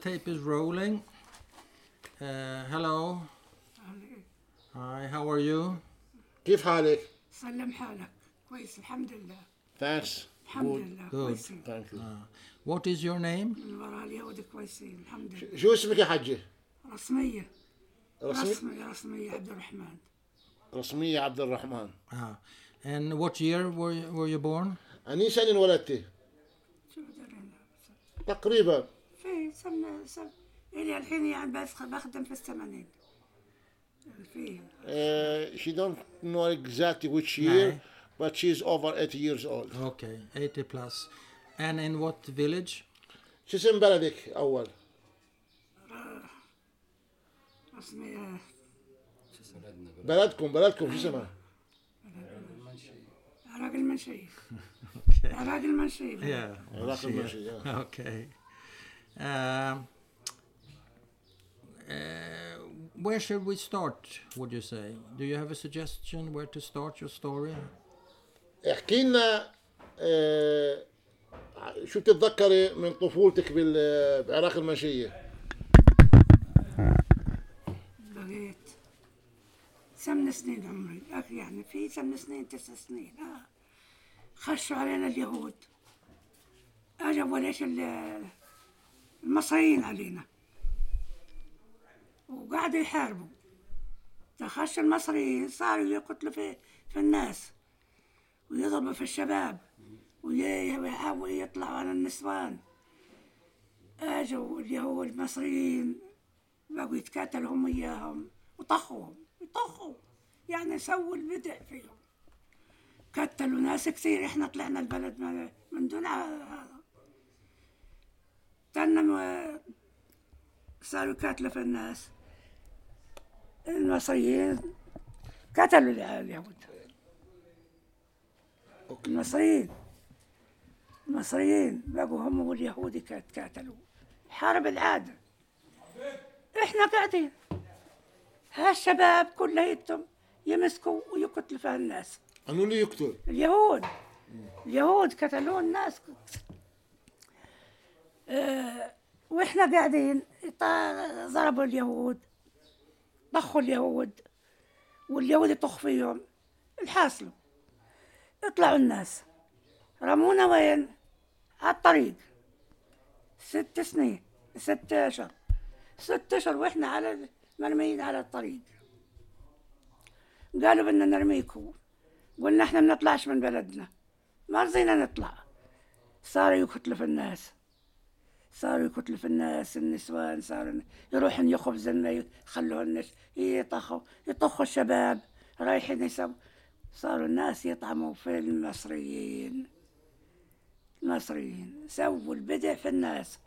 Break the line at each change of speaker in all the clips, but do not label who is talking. Tape is rolling. Uh, hello. Hi, how are you?
كيف حالك؟
سلم حالك كويس الحمد لله
Thanks.
الحمد
Good.
Good.
لله كويسين
Thank you.
What is your name?
من وراء اليهود كويسين الحمد لله
شو اسمك يا حجة؟
رسمية
رسمي
رسمية رسمية عبد الرحمن
رسمية عبد الرحمن.
Ah. And what year were you, were you born?
أني سنة انولدتي؟
شو بدنا نعمل؟
تقريبا
في سمنا سم إلي الحين يعني بس بخدم في الثمانين يعني في
Uh, she don't know exactly which year,
No.
but she's over 80 years old.
Okay, 80 plus. And in what village?
شو اسم بلدك أول؟
رسمية
بلدكم بلدكم شو اسمها؟
عراق المنشية عراق المنشية
Yeah.
عراق المنشي. yeah.
Okay. Um, uh, where should we start, would you say? Do you have a suggestion where to start your story?
احكي لنا آه، شو بتتذكري من طفولتك بال- بعراق المنشية؟
بغيت ثمان سنين عمري أخ يعني في ثمان سنين تسع سنين آه. خشوا علينا اليهود أجوا ليش ال- المصريين علينا وقعدوا يحاربوا تخش المصريين صاروا يقتلوا في, في الناس ويضربوا في الشباب ويحاولوا يطلعوا على النسوان اجوا اليهود المصريين بقوا يتكاتلوا هم اياهم وطخوهم يطخوا يعني سووا البدع فيهم كتلوا ناس كثير احنا طلعنا البلد من, من دون ع- هذا تنم آه، صاروا كاتلة في الناس المصريين قتلوا الع- اليهود
أوكي.
المصريين المصريين بقوا هم واليهود يتكاتلوا حرب العاده احنا قاعدين هالشباب كليتهم يمسكوا ويقتلوا فيها الناس
أنو اللي يقتل؟
اليهود اليهود قتلوا الناس آه، واحنا قاعدين طا- ضربوا اليهود طخوا اليهود واليهود يطخ فيهم الحاصلوا اطلعوا الناس رمونا وين على الطريق ست سنين ست اشهر ست اشهر واحنا على ال- مرميين على الطريق قالوا بدنا نرميكم قلنا احنا ما نطلعش من بلدنا ما رضينا نطلع صاروا يقتلوا في الناس صاروا يقتلوا في الناس النسوان صاروا يروحن يخبزن ما يخلوهن يطخوا يطخوا الشباب رايحين يسووا صاروا الناس يطعموا في المصريين المصريين سووا البدع في الناس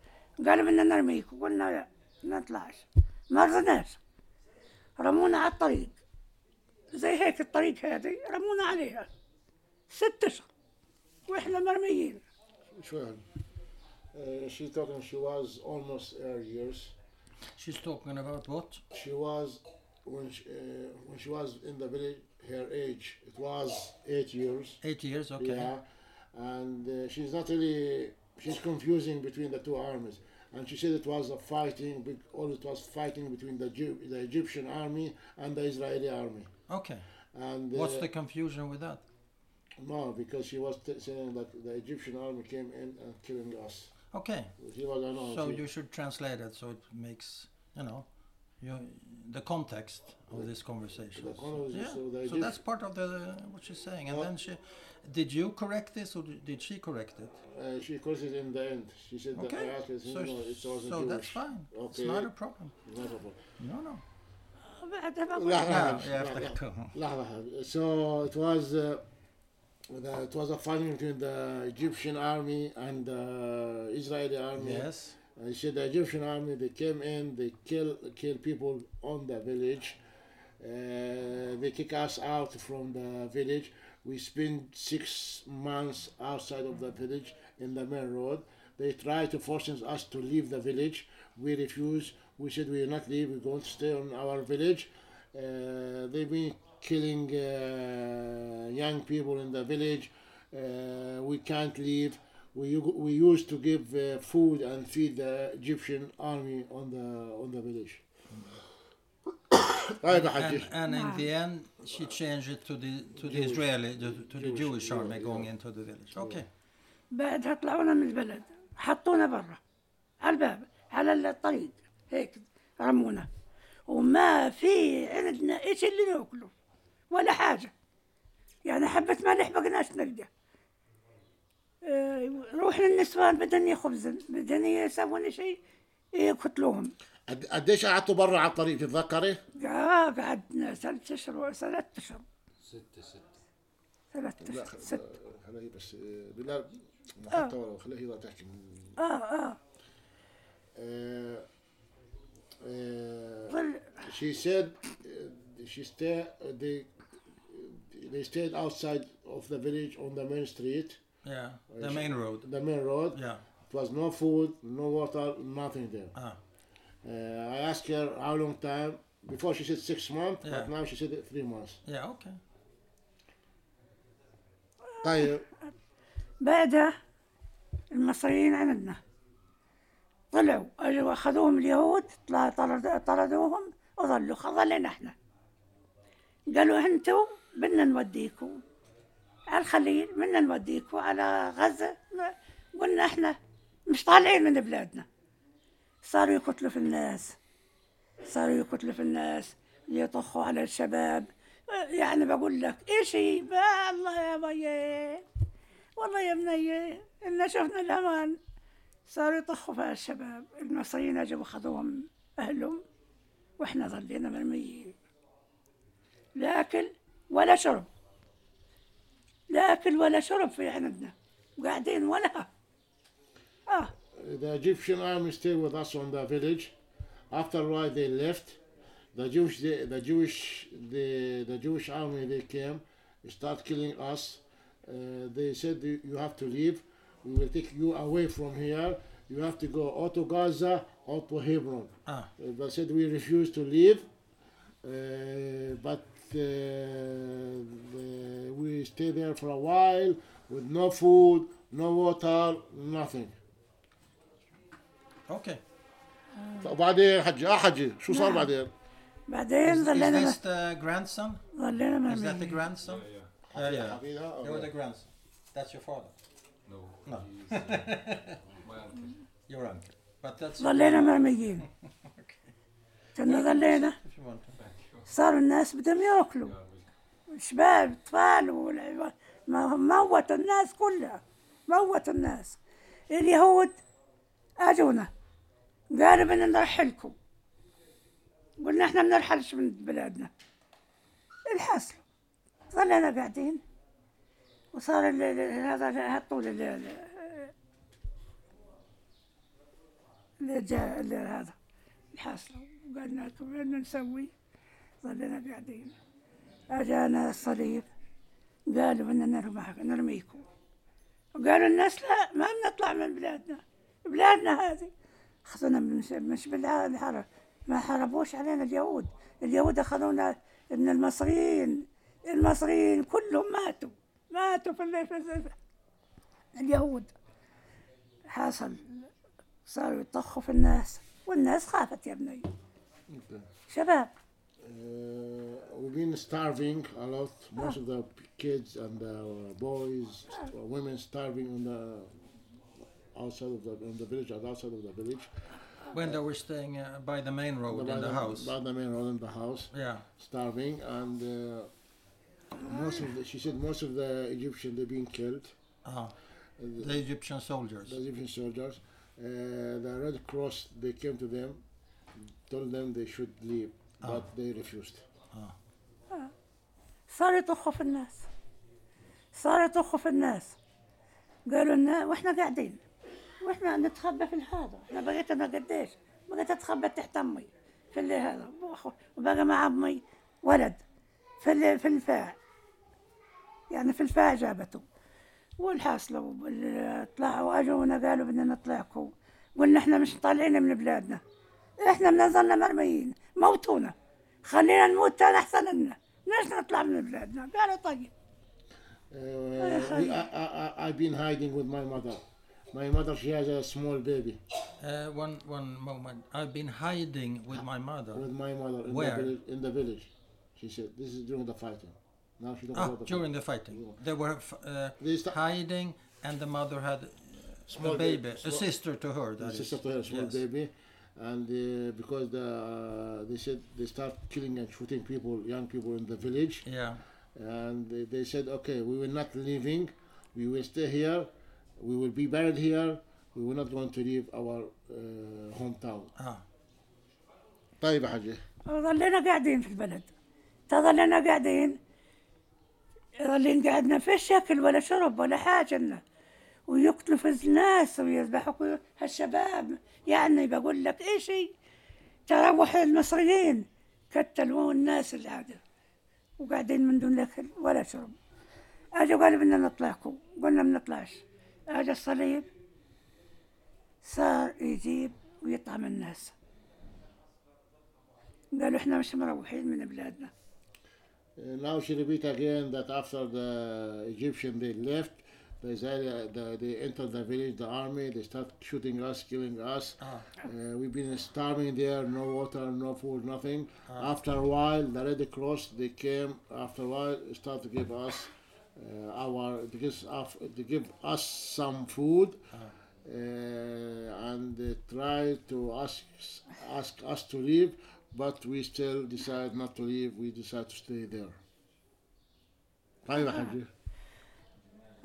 قالوا بدنا نرميكم قلنا لا ما نطلعش ما رضيناش رمونا على الطريق زي هيك الطريق هذه رمونا عليها ست اشهر واحنا مرميين
شو يعني؟ Uh, she talking she was almost her years.
She's talking about what?
She was when she, uh, when she was in the village, her age it was eight years.
Eight years, okay.
Yeah, and uh, she's not really she's confusing between the two armies. And she said it was a fighting, be- all it was fighting between the Jew, the Egyptian army and the Israeli army.
Okay.
And uh,
What's the confusion with that?
no? Because she was t- saying that the Egyptian army came in and killing us.
Okay.
She was, I know.
So
she-
you should translate it so it makes, you know, you, the context of this conversation.
Oh, The
So,
conversation,
yeah.
so the
So
idea-
that's part of the what she's saying. And
Yeah.
then she, did you correct this or did she correct it?
Uh, she calls it in the end. She said that I
Okay.
asked her,
So,
no, it wasn't
so
Jewish.
that's fine. It's
Okay.
not a problem.
Not a problem.
No, no.
بعدها ما
لا
قلنا.
No, you have
لا لا
to
لا.
go.
لحظة حبيبي. So it was uh, the, it was a fighting between the Egyptian army and the Israeli army.
Yes.
And she said the Egyptian army they came in, they kill kill people on the village. Uh, they kick us out from the village. We spent six months outside of the village in the main road. They try to force us to leave the village. We refuse. We said we will not leave. We're going to stay on our village. Uh, they've been killing uh, young people in the village. Uh, we can't leave. we u- we used to give uh, food and feed the Egyptian army on the on the village. طيب يا حجي
And, and in
Wow.
the end, she changed it to the to the
Jewish.
Israeli to, to the
Jewish,
Jewish
yeah,
army
yeah.
going into the village. Okay.
بعدها طلعونا من البلد حطونا برا على الباب على الطريق هيك رمونا وما في عندنا ايش اللي ناكله ولا حاجه يعني حبة ملح بقناش نلقى آه، روحنا النسوان بدهن خبز بدهن يسوون شيء يقتلوهم
قد- قديش قعدتوا برا على الطريق تتذكري؟
آه، قعدنا ثلاث اشهر ثلاث اشهر ثلاث اشهر ست
خليها هي بس آه، بالله حتى ولو خليها هي تحكي
اه اه
آه، آه،
ظل
she said uh, she stay uh, they they stayed outside of the village on the main street
Yeah. The
Jewish.
main road.
the main road
Yeah.
it was no food no water nothing there
Ah.
uh, i asked her how long time before she said six months
Yeah.
but now she said three months
Yeah. Okay.
طيب
بعدها المصريين عندنا طلعوا اجوا اخذوهم اليهود طلع- طرد- طردوهم وظلوا ظلينا احنا قالوا انتوا بدنا نوديكم على الخليل بدنا نوديكم على غزة ما- قلنا احنا مش طالعين من بلادنا صاروا يقتلوا في الناس صاروا يقتلوا في الناس يطخوا على الشباب يعني بقول لك ايش يبقى الله يا بيه والله يا بنية إن شفنا الأمان صاروا يطخوا فيها الشباب المصريين أجوا أخذوهم أهلهم وإحنا ظلينا مرميين لا أكل ولا شرب لا أكل ولا شرب في عندنا وقاعدين ولا آه
the egyptian army stayed with us on the village after a while they left the jewish the, the jewish the, the jewish army they came start killing us uh, they said you you have to leave we will take you away from here you have to go or to gaza or to hebron
Ah.
Uh, they said we refuse to leave uh, but uh, the- we stay there for a while with no food no water nothing
Okay. Mm.
وبعدين حجي اه حجي شو صار
نعم.
بعدين؟
Is,
بعدين
is
ظلينا
this the grandson?
ظلينا
Is that the
مرميين
grandson? Yeah. Yeah.
حبيبها
You're the grandson. That's your father.
No.
No.
he's, uh, my uncle.
Your uncle. But that's.
ظلينا مرميين كنا ظلينا
If you want to.
صاروا الناس بدهم ياكلوا
Yeah, we-
شباب اطفال والعيال. ما- موت الناس كلها موت الناس اليهود اجونا قالوا بدنا نرحلكم قلنا احنا ما بنرحلش من بلادنا الحصل ظلنا قاعدين وصار ال- ال- هذا هالطول ال- ال- ال- جا- ال- هذا الحصل وقالنا لكم بدنا نسوي ظلنا قاعدين أجانا الصليب قالوا بدنا نرمح- نرميكم وقالوا الناس لا ما بنطلع من بلادنا بلادنا هذه أخذونا مش, مش بالحرب ما حاربوش علينا اليهود اليهود أخذونا من المصريين المصريين كلهم ماتوا ماتوا في ال- في ال- اليهود حصل صاروا يطخوا في الناس والناس خافت يا بني شباب
Uh, we've been starving a lot. Most of the kids and the boys, uh, women starving on the outside of the in the village and outside of the village.
When they were staying uh, by the main road
by
in the house.
by the main road in the house,
Yeah.
starving and. Uh, most of the, she said most of the Egyptian they've been killed.
Uh,
The-
the Egyptian soldiers.
the Egyptian soldiers. Uh, the Red Cross, they came to them, told them they should leave,
Ah.
but they refused.
صاروا يطخوا في الناس صاروا يطخوا في الناس قالوا لنا واحنا قاعدين واحنا نتخبى في هذا احنا بقيت انا قديش بقيت اتخبى تحت امي في اللي هذا وأخو- وبقى مع امي ولد في اللي في الفاع يعني في الفاع جابته والحاصله وال- طلعوا اجونا قالوا بدنا نطلعكم قلنا احنا مش طالعين من بلادنا احنا بنظلنا مرميين موتونا خلينا نموت تاني احسن لنا ليش نطلع من بلادنا قالوا طيب
Uh, we, I, I, I, I've been hiding with my mother. My mother, she has a small baby
Uh, one one moment. I've been hiding with my mother
with my mother in,
Where?
The, village, in the village. She said, this is during the fighting. Now she don't
ah,
know the
during the fighting. They were f- uh,
They sta-
hiding, and the mother had a
Small baby,
baby, a
small-
sister to her. That is.
It's sister to her small
Yes.
baby, and uh, because the, uh, they said they start killing and shooting people, young people in the village,
Yeah.
and they, they said, okay, we will not leaving, we will stay here, we will be buried here, we will not going to leave our uh, hometown.
Ah.
طيب يا حاجة
ظلينا قاعدين في البلد تظلينا قاعدين ظلين قعدنا في شكل ولا شرب ولا حاجة لنا ويقتلوا في الناس ويذبحوا كل- هالشباب يعني بقول لك اي شيء تروح المصريين كتلوا الناس اللي عادة وقاعدين من دون اكل ولا شرب اجوا قالوا بدنا نطلعكم قلنا ما نطلعش اجى الصليب صار يجيب ويطعم الناس قالوا احنا مش مروحين من بلادنا
Uh, now she repeat again that after the Egyptian they left, the Israeli, the, they entered the village, the army, they start shooting us, killing us. Uh, we've been starving there, no water, no food, nothing. After a while, the Red Cross they came. After a while, start to give us uh, our to give, us- to give us some food. Uh, and they try to ask ask us to leave, but we still decide not to leave. We decide to stay there. طيب يا حبيبي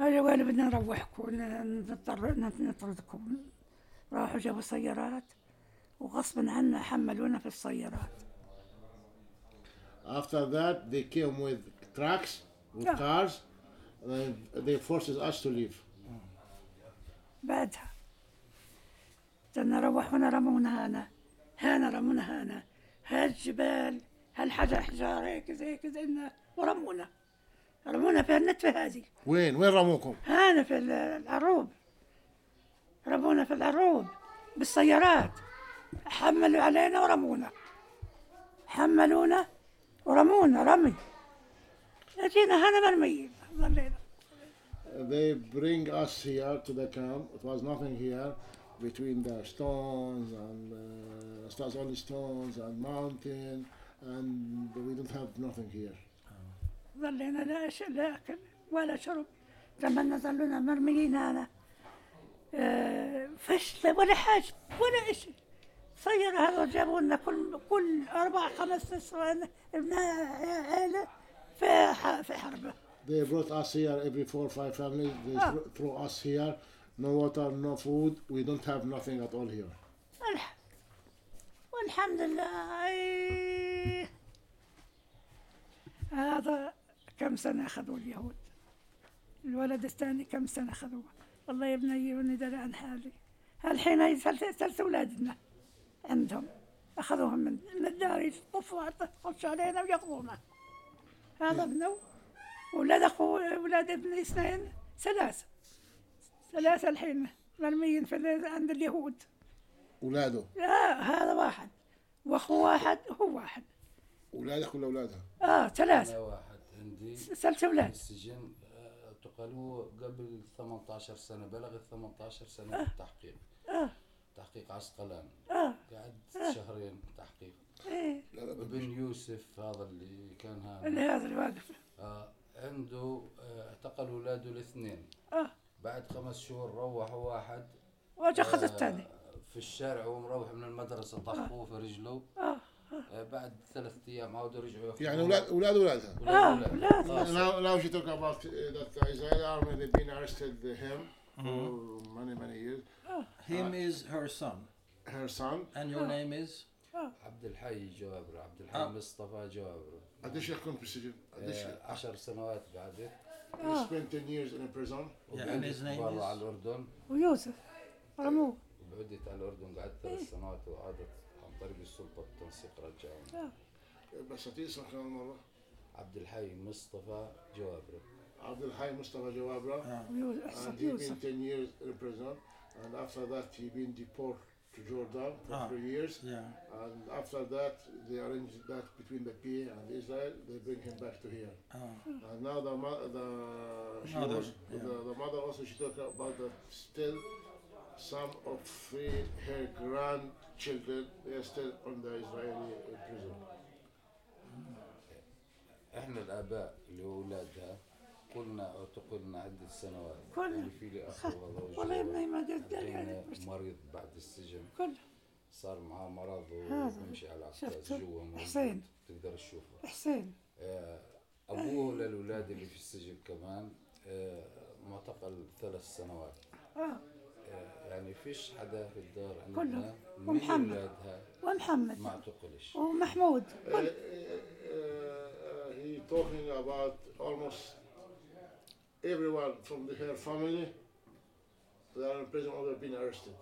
قالوا قالوا بدنا نروحكم نضطر نت- نطردكم راحوا جابوا سيارات وغصبا عنا حملونا في السيارات
After that, they came with trucks, with
Yeah.
cars, and they forces us to leave.
بعدها بدنا نروح هنا رمونا هنا هنا رمونا هنا هالجبال هالحجر حجار هيك زي هيك زي إنه- ورمونا رمونا في النتفة هذه
وين وين رموكم؟
هذا في ال- العروب رمونا في العروب بالسيارات حملوا علينا ورمونا حملونا ورمونا رمي اجينا هنا مرميين ضلينا
They bring us here to the camp. It was nothing here between the stones and uh, stones, only stones and mountain, and we don't have nothing here.
ظلينا لا ش... لا اكل ولا شرب تمنا ظلونا مرميين انا آه، فش ولا حاجه ولا شيء سيارة هذا جابوا لنا كل كل أربع خمس نسوان عيلة في ح- في حرب
They brought us here every four or five families. They
Ah.
thro- throw us here. No water, no food. We don't have nothing at all here.
الح- والحمد لله إيه. هذا كم سنة أخذوا اليهود الولد الثاني كم سنة أخذوه والله يا ابني يوني دري عن حالي الحين هاي ثلث ثلث أولادنا عندهم أخذوهم من من الدار يطفوا يخش علينا وياخذونا هذا ابنه ولاد أخو ولاد ابني اثنين ثلاثة ثلاثة الحين مرميين في ال- عند اليهود
ولاده
لا هذا واحد واخو واحد وهو واحد
ولادك ولا اولادها؟
اه ثلاثة
انا واحد عندي في
ثلاث اولاد
السجن آه، اعتقلوه قبل 18 سنه بلغ ال 18 سنه بالتحقيق
آه.
تحقيق عسقلان
اه
قعد شهرين تحقيق
ايه
ابن يوسف هذا اللي كان
اللي
هذا
هذا الواقف
آه عنده آه، اعتقلوا اولاده الاثنين
اه
بعد خمس شهور روح واحد
واجا اخذ
آه،
الثاني
في الشارع وهو مروح من المدرسه طخوه في رجله
اه
آه، بعد ثلاث ايام عاودوا رجعوا
يعني اولاد اولاد اولادها.
آه،
أولاد-
أولاد.
آه،
Now, now she talk about uh, that the Israeli army they've been arrested him for many many years.
Him is her son,
Her son.
and your name is.
عبد الحي جوابره عبد الحي
آه.
مصطفى جوابره
قديش يكون في السجن؟ قديش
آه، عشر سنوات بعدك
he spent 10 years in a prison.
يعني
وبعدت
زين
برا
يس-
على الأردن
ويوسف رموه
وبعدت على الأردن قعدت
إيه.
ثلاث سنوات وعادت عن طريق السلطة التنسيق رجعوني
بس هتسمع كمان مرة
عبد الحي مصطفى جوابره
عبد الحي مصطفى
Ah.
جوابرة
ويوسف
and he been
يوسف
10 years in prison and after that he been deported to Jordan for
Ah.
three years
Yeah.
and after that they arranged that between the PA and Israel they bring him back to here
Oh.
And now the mo- the she
Mother,
was,
yeah.
the, the mother also she talked about that still Some of her grandchildren are still on the Israeli uh, prison.
احنا الاباء لاولادها كلنا اعتقلنا عده سنوات
كل-
يعني في لي اخ والله
والله ما ما قلت لك
جينا
يعني
مريض بعد السجن
كل
صار معاه مرض
هذا.
وبمشي على العكاز
شفته؟
جوا موجود.
حسين.
تقدر تشوفه
حسين
آه، ابوه للاولاد اللي في السجن كمان آه، معتقل ثلاث سنوات
اه
آه، يعني فيش حدا في الدار عندنا
كلهم.
من
ومحمد.
اولادها ما
ومحمد
اعتقلش
ومحمود
Uh, uh, uh, he talking about almost everyone from the, her family that are in prison or they've been arrested.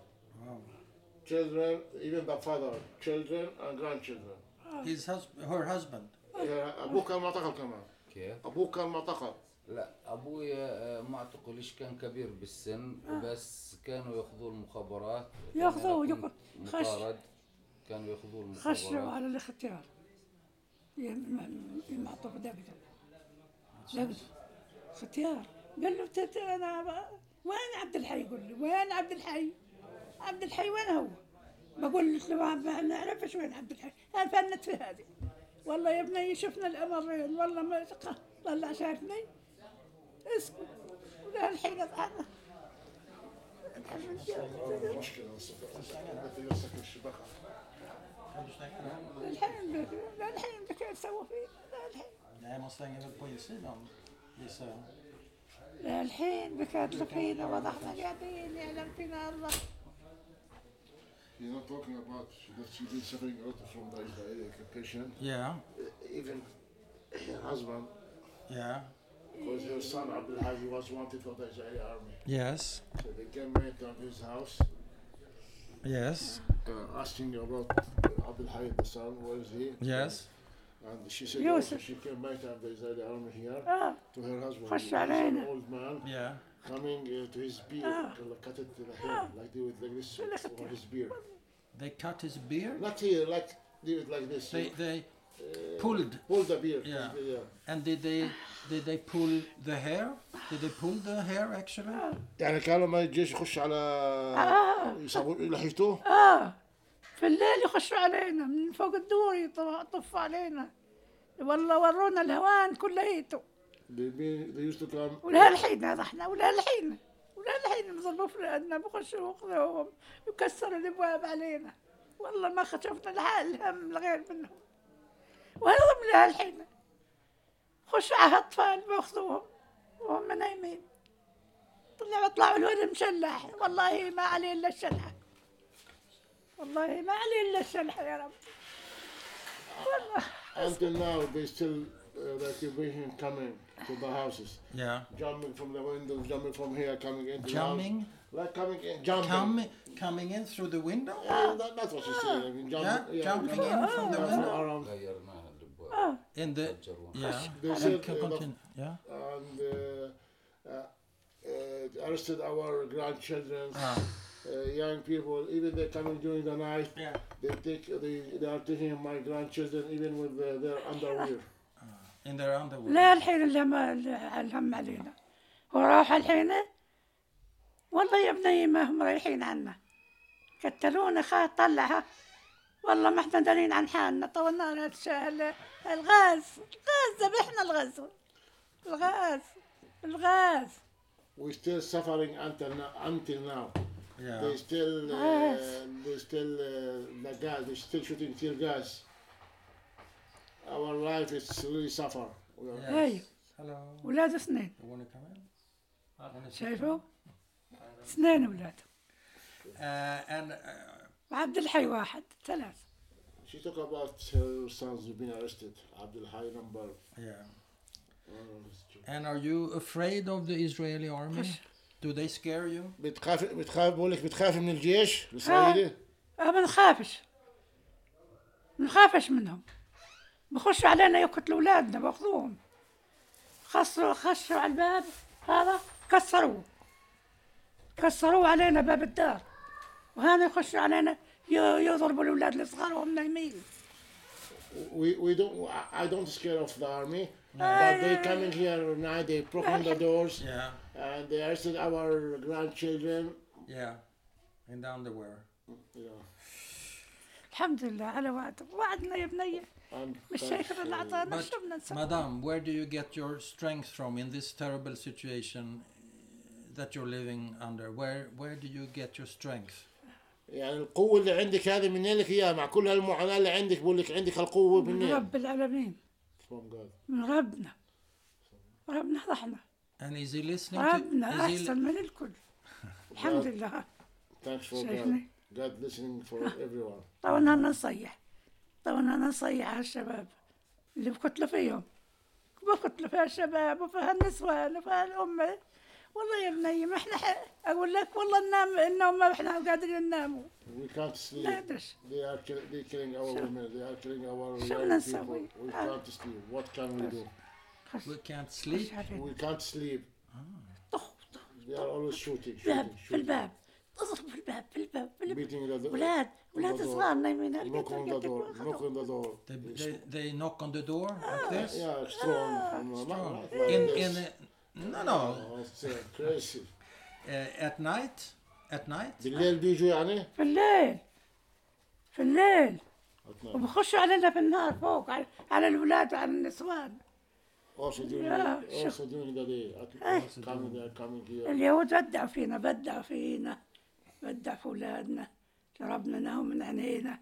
Children, even the father, children and grandchildren.
His hus- her husband.
Her- أبوه كان معتقل كمان.
كيف؟
أبوه كان معتقل.
لا ابويا آه، ما اعتقلش كان كبير بالسن
آه.
بس كانوا ياخذوا المخابرات كان
ياخذوه
أنا كنت
ياخذ- خش.
مطارد كانوا ياخذوا
خشوا
المخابرات
على الاختيار المعطوف دبدب دبدب اختيار قال له تت- انا ب- وين عبد الحي يقول لي وين عبد الحي عبد الحي وين هو بقول له ما- ما نعرفش وين عبد الحي هل فنت في هذه والله يا ابني شفنا الامرين والله ما ق- طلع شافني اسكت ولا الحين أطلع.
مشكلة يمسك الشبكة.
الحين بك- الحين بك سوى فيه الحين
Nej, man slänger väl på insidan, gissar jag.
الحين بكات فينا وضحنا قاعدين يعلم فينا الله
He's not talking about that she's been suffering a lot from the Israeli occupation.
Yeah,
Even her husband,
yeah,
because her son Abdul Hadi was wanted for the Israeli army.
yes,
So they came back to his house
yes,
uh, asking about Abdul Hayy the son, where is he?
yes.
And she said
Yusuf.
also she came back to the Israeli army here
اه
to her husband.
Khash
He was an
alayna.
old man
Yeah,
coming uh, to his beard,
Ah.
cut it to the hair, like they would like this over his beard.
they cut his beard.
Not here, like they would like this. Uh,
They they pulled
Pull the beard.
Yeah.
yeah.
and did they did they pull the hair? Did they pull the hair actually?
يعني كانوا ما الجيش يخش على يصابوا يلحشوه
اه في الليل يخشوا علينا من فوق الدور يطف- يطفوا علينا والله ورونا الهوان كليته
they been- they used to come
ولهالحين هذا احنا ولهالحين ولهالحين مظلوا في لأننا بخشوا وخذوهم وكسروا الابواب علينا والله ما خشفنا الحال الهم الغير منهم وهذم لهالحين خشوا على الاطفال باخذوهم وهم نايمين طلعوا طلعوا الولد مشلح والله ما عليه الا الشلحه والله ما عليه الا الشلحه يا رب والله
until now they still uh, the occupation coming to the houses
Yeah,
jumping from the windows jumping from here coming into the house.
jumping,
Like coming in, jumping.
coming, coming in through the window.
Yeah, that, that's what she's saying. I mean,
Yeah,
jumping.
jumping in from the
jumping
window.
around.
غيرناها الابواب
آه.
In the
فجروها
yeah,
They
and
said
can
uh, the-
continue. Yeah,
and uh, uh, uh, arrested our grandchildren,
Ah.
uh, young people. Even they coming during the night.
yeah.
They take they, they are taking my grandchildren even with uh, their underwear.
In their underwear.
لا الحين الهم الهم علينا وراح الحين والله يا ابني ما هم رايحين عنا كتلونا خا طلعها والله ما احنا دارين عن حالنا طولنا على الش- ال- الغاز الغاز ذبحنا الغاز الغاز الغاز
We still suffering until now. Until now.
Yeah,
They still, uh,
Yes.
they still, uh, the gas, they still shooting tear gas. Our life is really suffer. We are-
هاي
Hello.
ولاد سنين
You want to come in?
شايفوا سنين ولاد
Uh, and uh,
وعبد الحي واحد ثلاث
She talked about her sons being arrested. Abdul Hay number.
yeah.
uh,
And are you afraid of the Israeli army? Do they scare you?
بتخاف بتخاف بقول لك بتخاف من الجيش الإسرائيلي؟
آه، ما نخافش ما نخافش منهم بخشوا علينا يقتلوا اولادنا باخذوهم خسروا خشوا على الباب هذا كسروه كسروه علينا باب الدار وهنا يخشوا علينا ي- يضربوا الاولاد الصغار وهم نايمين
We we don't I- I don't scared of the army, but they coming here now they broken the doors
Yeah,
and they arrested our grandchildren.
yeah. and underwear.
Yeah.
الحمد لله على وعد وعدنا يا بنية
And
مش شايف اللي
thankful.
أعطانا
But,
شو بدنا نسوي
Madame, where do you get your strength from in this terrible situation uh, that you're living under? Where where do you get your strength?
يعني القوة اللي عندك هذه من لك إياها مع كل هالمعاناة اللي عندك بقول لك عندك هالقوة
من
من
رب العالمين
From God.
من ربنا ربنا رحنا
And is he listening
ربنا
to is he,
أحسن من الكل الحمد لله
Thanks for God.
شايفني؟
God listening for everyone.
طبعا انا نصيح طبعا انا نصيح على الشباب اللي بكتلوا فيهم بكتلوا في الشباب وفي هالنسوان وفي هالأمة والله يا بني ما احنا ح- اقول لك والله ننام النوم ما احنا قاعدين نناموا
We can't
لا
sleep.
ادري
They are kill, they killing our women. They are killing our
شو
young
بدنا
people.
نسوي؟
We
آه.
can't sleep. What can we do?
خش
we can't
خش
sleep?
علينا
We can't sleep.
طخ طخ
They are always shooting,
باب
shooting,
في
shooting.
الباب اضرب في الباب في الباب في الباب
Beating the door.
ولاد ولاد
بالضبط.
صغار نايمين
Knock on the door. Knock
أرقدوا-
on the door.
They, طيب، they, they knock on the door like this?
Ah, Yeah,
آه،
strong. uh, No, not
Oh,
like this.
in in uh, no no
Oh, it's, uh, crazy.
uh, at night at night
بالليل بيجوا يعني؟
في الليل في الليل
أتنام.
وبخشوا علينا في النار فوق على, على الولاد وعلى النسوان
Also during
Yeah,
the, also during the day. At, coming there, coming here.
اليهود بدعوا فينا بدعوا فينا بدعوا في اولادنا ضربنا ناهم من عينينا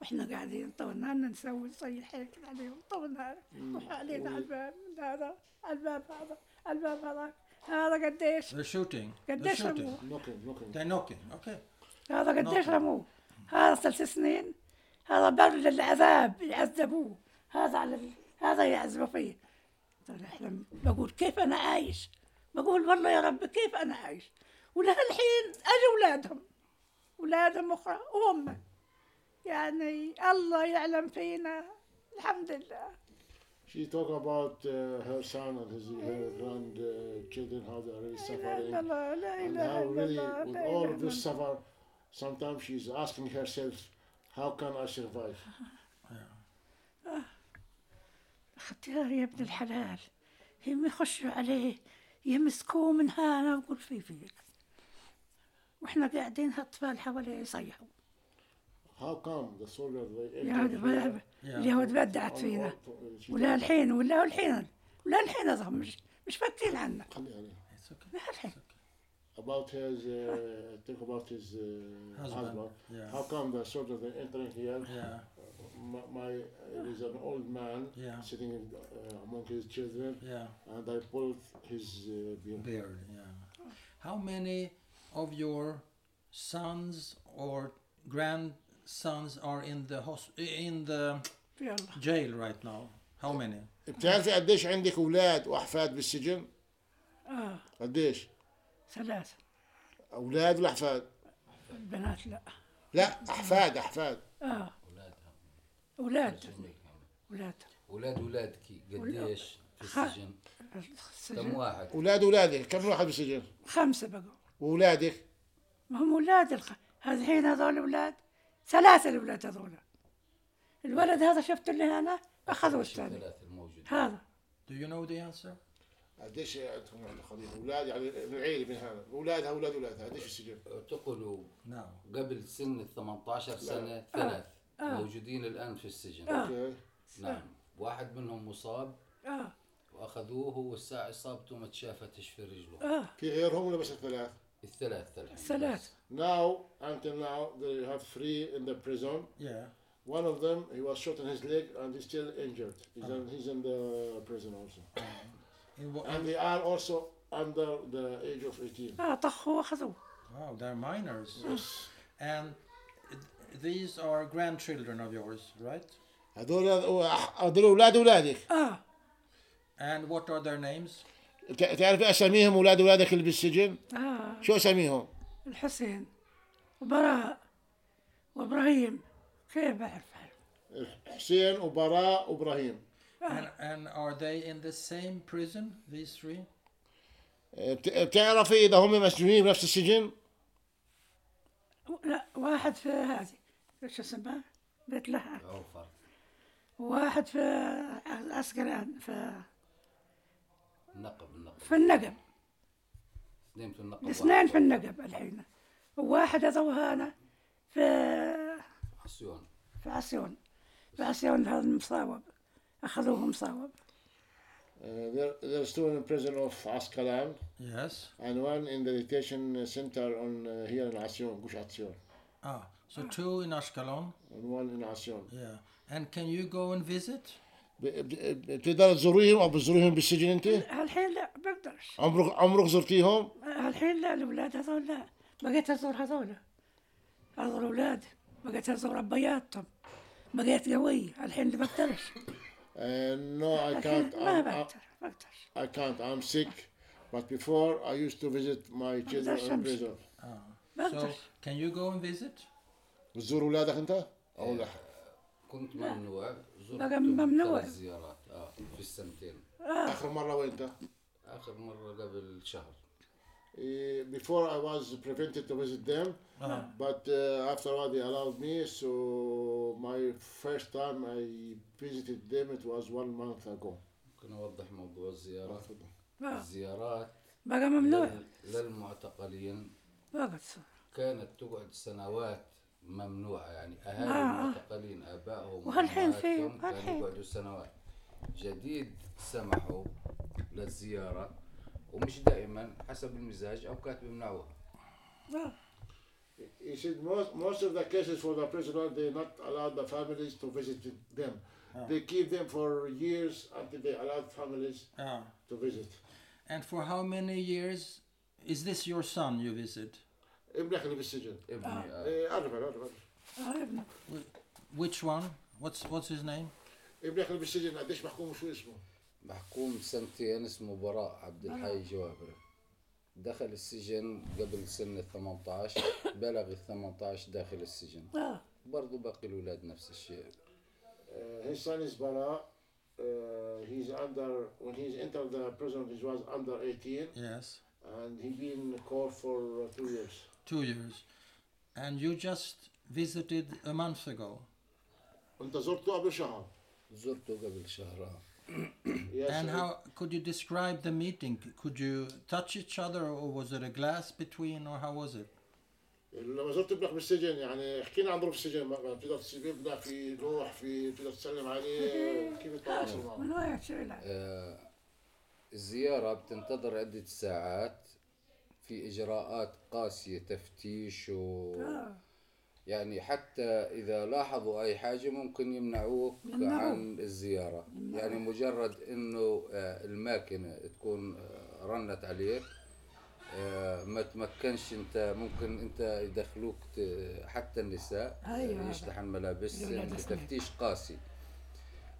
واحنا قاعدين طول النهار نسوي زي حيل عليهم طول النهار روحوا علينا على الباب من هذا على الباب هذا على الباب هذاك هذا قديش
they're shooting they're
قديش
shooting
رموه
Knocking, knocking.
they're knocking okay
هذا قديش رموه هذا ثلاث سنين هذا بر للعذاب يعذبوه هذا على ال- هذا يعذبوا فيه طيب احنا بقول كيف انا عايش بقول والله يا رب كيف انا عايش ولهالحين اجوا اولادهم اولادهم اخرى وهم يعني الله يعلم فينا الحمد لله
She talk about uh, her son and his her grandchildren, how they are really suffering,
لا لا لا
and
اله
how
الا
really
الله
with
لا
all
اله
of
الا
this
الله
suffer, sometimes she's asking herself, how can I survive?
اختيار يا ابن الحلال هم يخشوا عليه يمسكوه من هنا ويقول في فيك واحنا قاعدين هالطفال حواليه يصيحوا
How come the soldier they
اليهود ب- اليهود بدعت فينا
uh,
ولا الحين ولا الحين ولا الحين اظهر مش مش فاكرين عنا
it's okay
لا الحين
about his uh, think about his uh,
Husband,
husband.
yeah.
How come the soldier they entering here?
yeah
My, my uh, is an old man
Yeah.
sitting uh, among his children,
yeah
and I pulled his uh, beard.
beard yeah how many of your sons or grandsons are in the hos- in the
يلا
jail right now how many
بتعرفي قديش عندك اولاد واحفاد بالسجن؟
اه
قديش؟
ثلاثة
اولاد واحفاد؟
البنات لا
لا احفاد احفاد
اه
اولادها
اولاد اولاد
اولاد اولادك قديش في
خ-
السجن؟ كم واحد؟
اولاد اولادك كم واحد بالسجن؟
خمسة بقوا
واولادك
ما هم اولاد الخ... الحين هذول اولاد ثلاثة الاولاد هذول الولد هذا شفت اللي هنا اخذوه الثاني
الثلاث الموجودين
هذا
do you know the answer
قديش عندكم عند خليل؟ اولاد يعني من العيله من هذا اولادها اولاد اولادها قديش بالسجن؟
اعتقلوا
no
قبل سن ال 18 سنة
آه.
ثلاث موجودين الآن في السجن
اوكي
نعم واحد منهم مصاب
اه
وأخذوه هو الساعة إصابته ما تشافتش في رجله
اه
في غيرهم ولا بس الثلاث؟
الثلاث الحين
الثلاث
Now, until now, they have three in the prison.
yeah
One of them, he was shot in his leg and he's still injured. He's, in, he's in the prison also.
in what,
And they are also under the age of 18.
اه طخوه واخذوه
wow they're minors and these are grandchildren of yours right
هذول هذول اولاد اولادك
اه
and what are their names
تع- تعرف اساميهم اولاد اولادك اللي بالسجن
اه
شو اساميهم
الحسين وبراء وابراهيم كيف بعرف
حسين وبراء وابراهيم
And, and are they in the same prison, these three?
آه، بت- بتعرفي اذا هم مسجونين بنفس السجن
لا واحد في هذه شو اسمها بيت لحم
عوفر
وواحد في العسكران في
النقب النقب
في النقب
اثنين في
الاثنين في النقب
النقب واحد
الحين واحد أتوها أنا في
عصيون
في عسيون في عسيون هذا المصاوب أخذوه مصاوب
Uh, there, there's two in prison of Askalan
Yes.
and one in the detention center on uh, here in Asyon, Gush Asyon,
Ah, so two in Ashkelon.
and one in Asyon.
Yeah. And can you go and visit?
ب- ب- بتقدر تزوريهم او بتزوريهم بالسجن انت؟
هالحين لا بقدرش
عمرك عمرك زرتيهم؟
هالحين لا الأولاد هذول لا بقيت أزور هذول أزور أولاد بقيت أزور أبياتهم بقيت قوي الحين ما بقدرش
Uh, no, I
الحين
can't.
ما
I'm, I,
بقدر بقدرش
I can't. I'm sick. But before, I used to visit my children in
شمس.
prison.
So
بقدرش
can you go and visit?
بتزور اولادك انت؟ او لا؟
كنت ممنوع زرت
بقى ممنوع.
ثلاث زيارات اه في السنتين
اخر مره وانت؟
اخر مره قبل شهر
Uh, before I was prevented to visit them,
Uh-huh.
but uh, after all they allowed me. So my first time I visited them, it was one month ago.
ممكن اوضح موضوع الزيارات
بقى-
الزيارات
بقى آه. ممنوع
لل- للمعتقلين
بقى
كانت تقعد سنوات ممنوعة يعني
آه،
أهالي
آه.
المعتقلين آبائهم
وهالحين في-
وأمهاتهم
هالحين.
كانوا يقعدوا سنوات جديد سمحوا للزيارة ومش دائما حسب المزاج أوقات بيمنعوها
بقى
He said most, most of the cases for the prisoner, they not allow the families to visit them.
Ah.
They keep them for years until they allow families
Ah.
to visit.
And for how many years is this your son you visit?
ابنك اللي بالسجن.
ابني
Ah.
آه.
إيه، أعرف أنا، أعرف أنا.
آه، ابني.
Which one? What's what's his name?
ابنك اللي بالسجن قديش محكوم وشو اسمه؟
محكوم سنتين اسمه براء عبد
آه.
الحي جوابري دخل السجن قبل سن ال 18 بلغ ال 18 داخل السجن
آه.
برضو باقي الأولاد نفس الشيء
Uh, his son is Bara. Uh, he's under when he's entered the prison. He was under 18,
Yes.
and he been caught for uh, two years.
Two years. And you just visited a month ago.
أنت زرته قبل شهر.
زرته قبل شهر آه.
Yes.
And
uh,
how could you describe the meeting? C- Could you touch each other, or was it a glass between, or how was it?
لما زرت ابنك بالسجن يعني احكي لنا عن ظروف السجن مرة بتقدر تسيب ابنك في روح في بتقدر تسلم عليه كيف التواصل معه؟
ممنوع شو لا
آه، الزيارة بتنتظر عدة ساعات في إجراءات قاسية تفتيش و
آه.
يعني حتى إذا لاحظوا أي حاجة ممكن يمنعوك
يمنعوك.
عن الزيارة يعني مجرد إنه آه، الماكينة تكون آه، رنت عليك آه، ما تمكنش انت ممكن انت يدخلوك ت- حتى النساء
أيوة.
آه، يشتحن ملابس
الولاد
يعني
يسمعوا.
تفتيش قاسي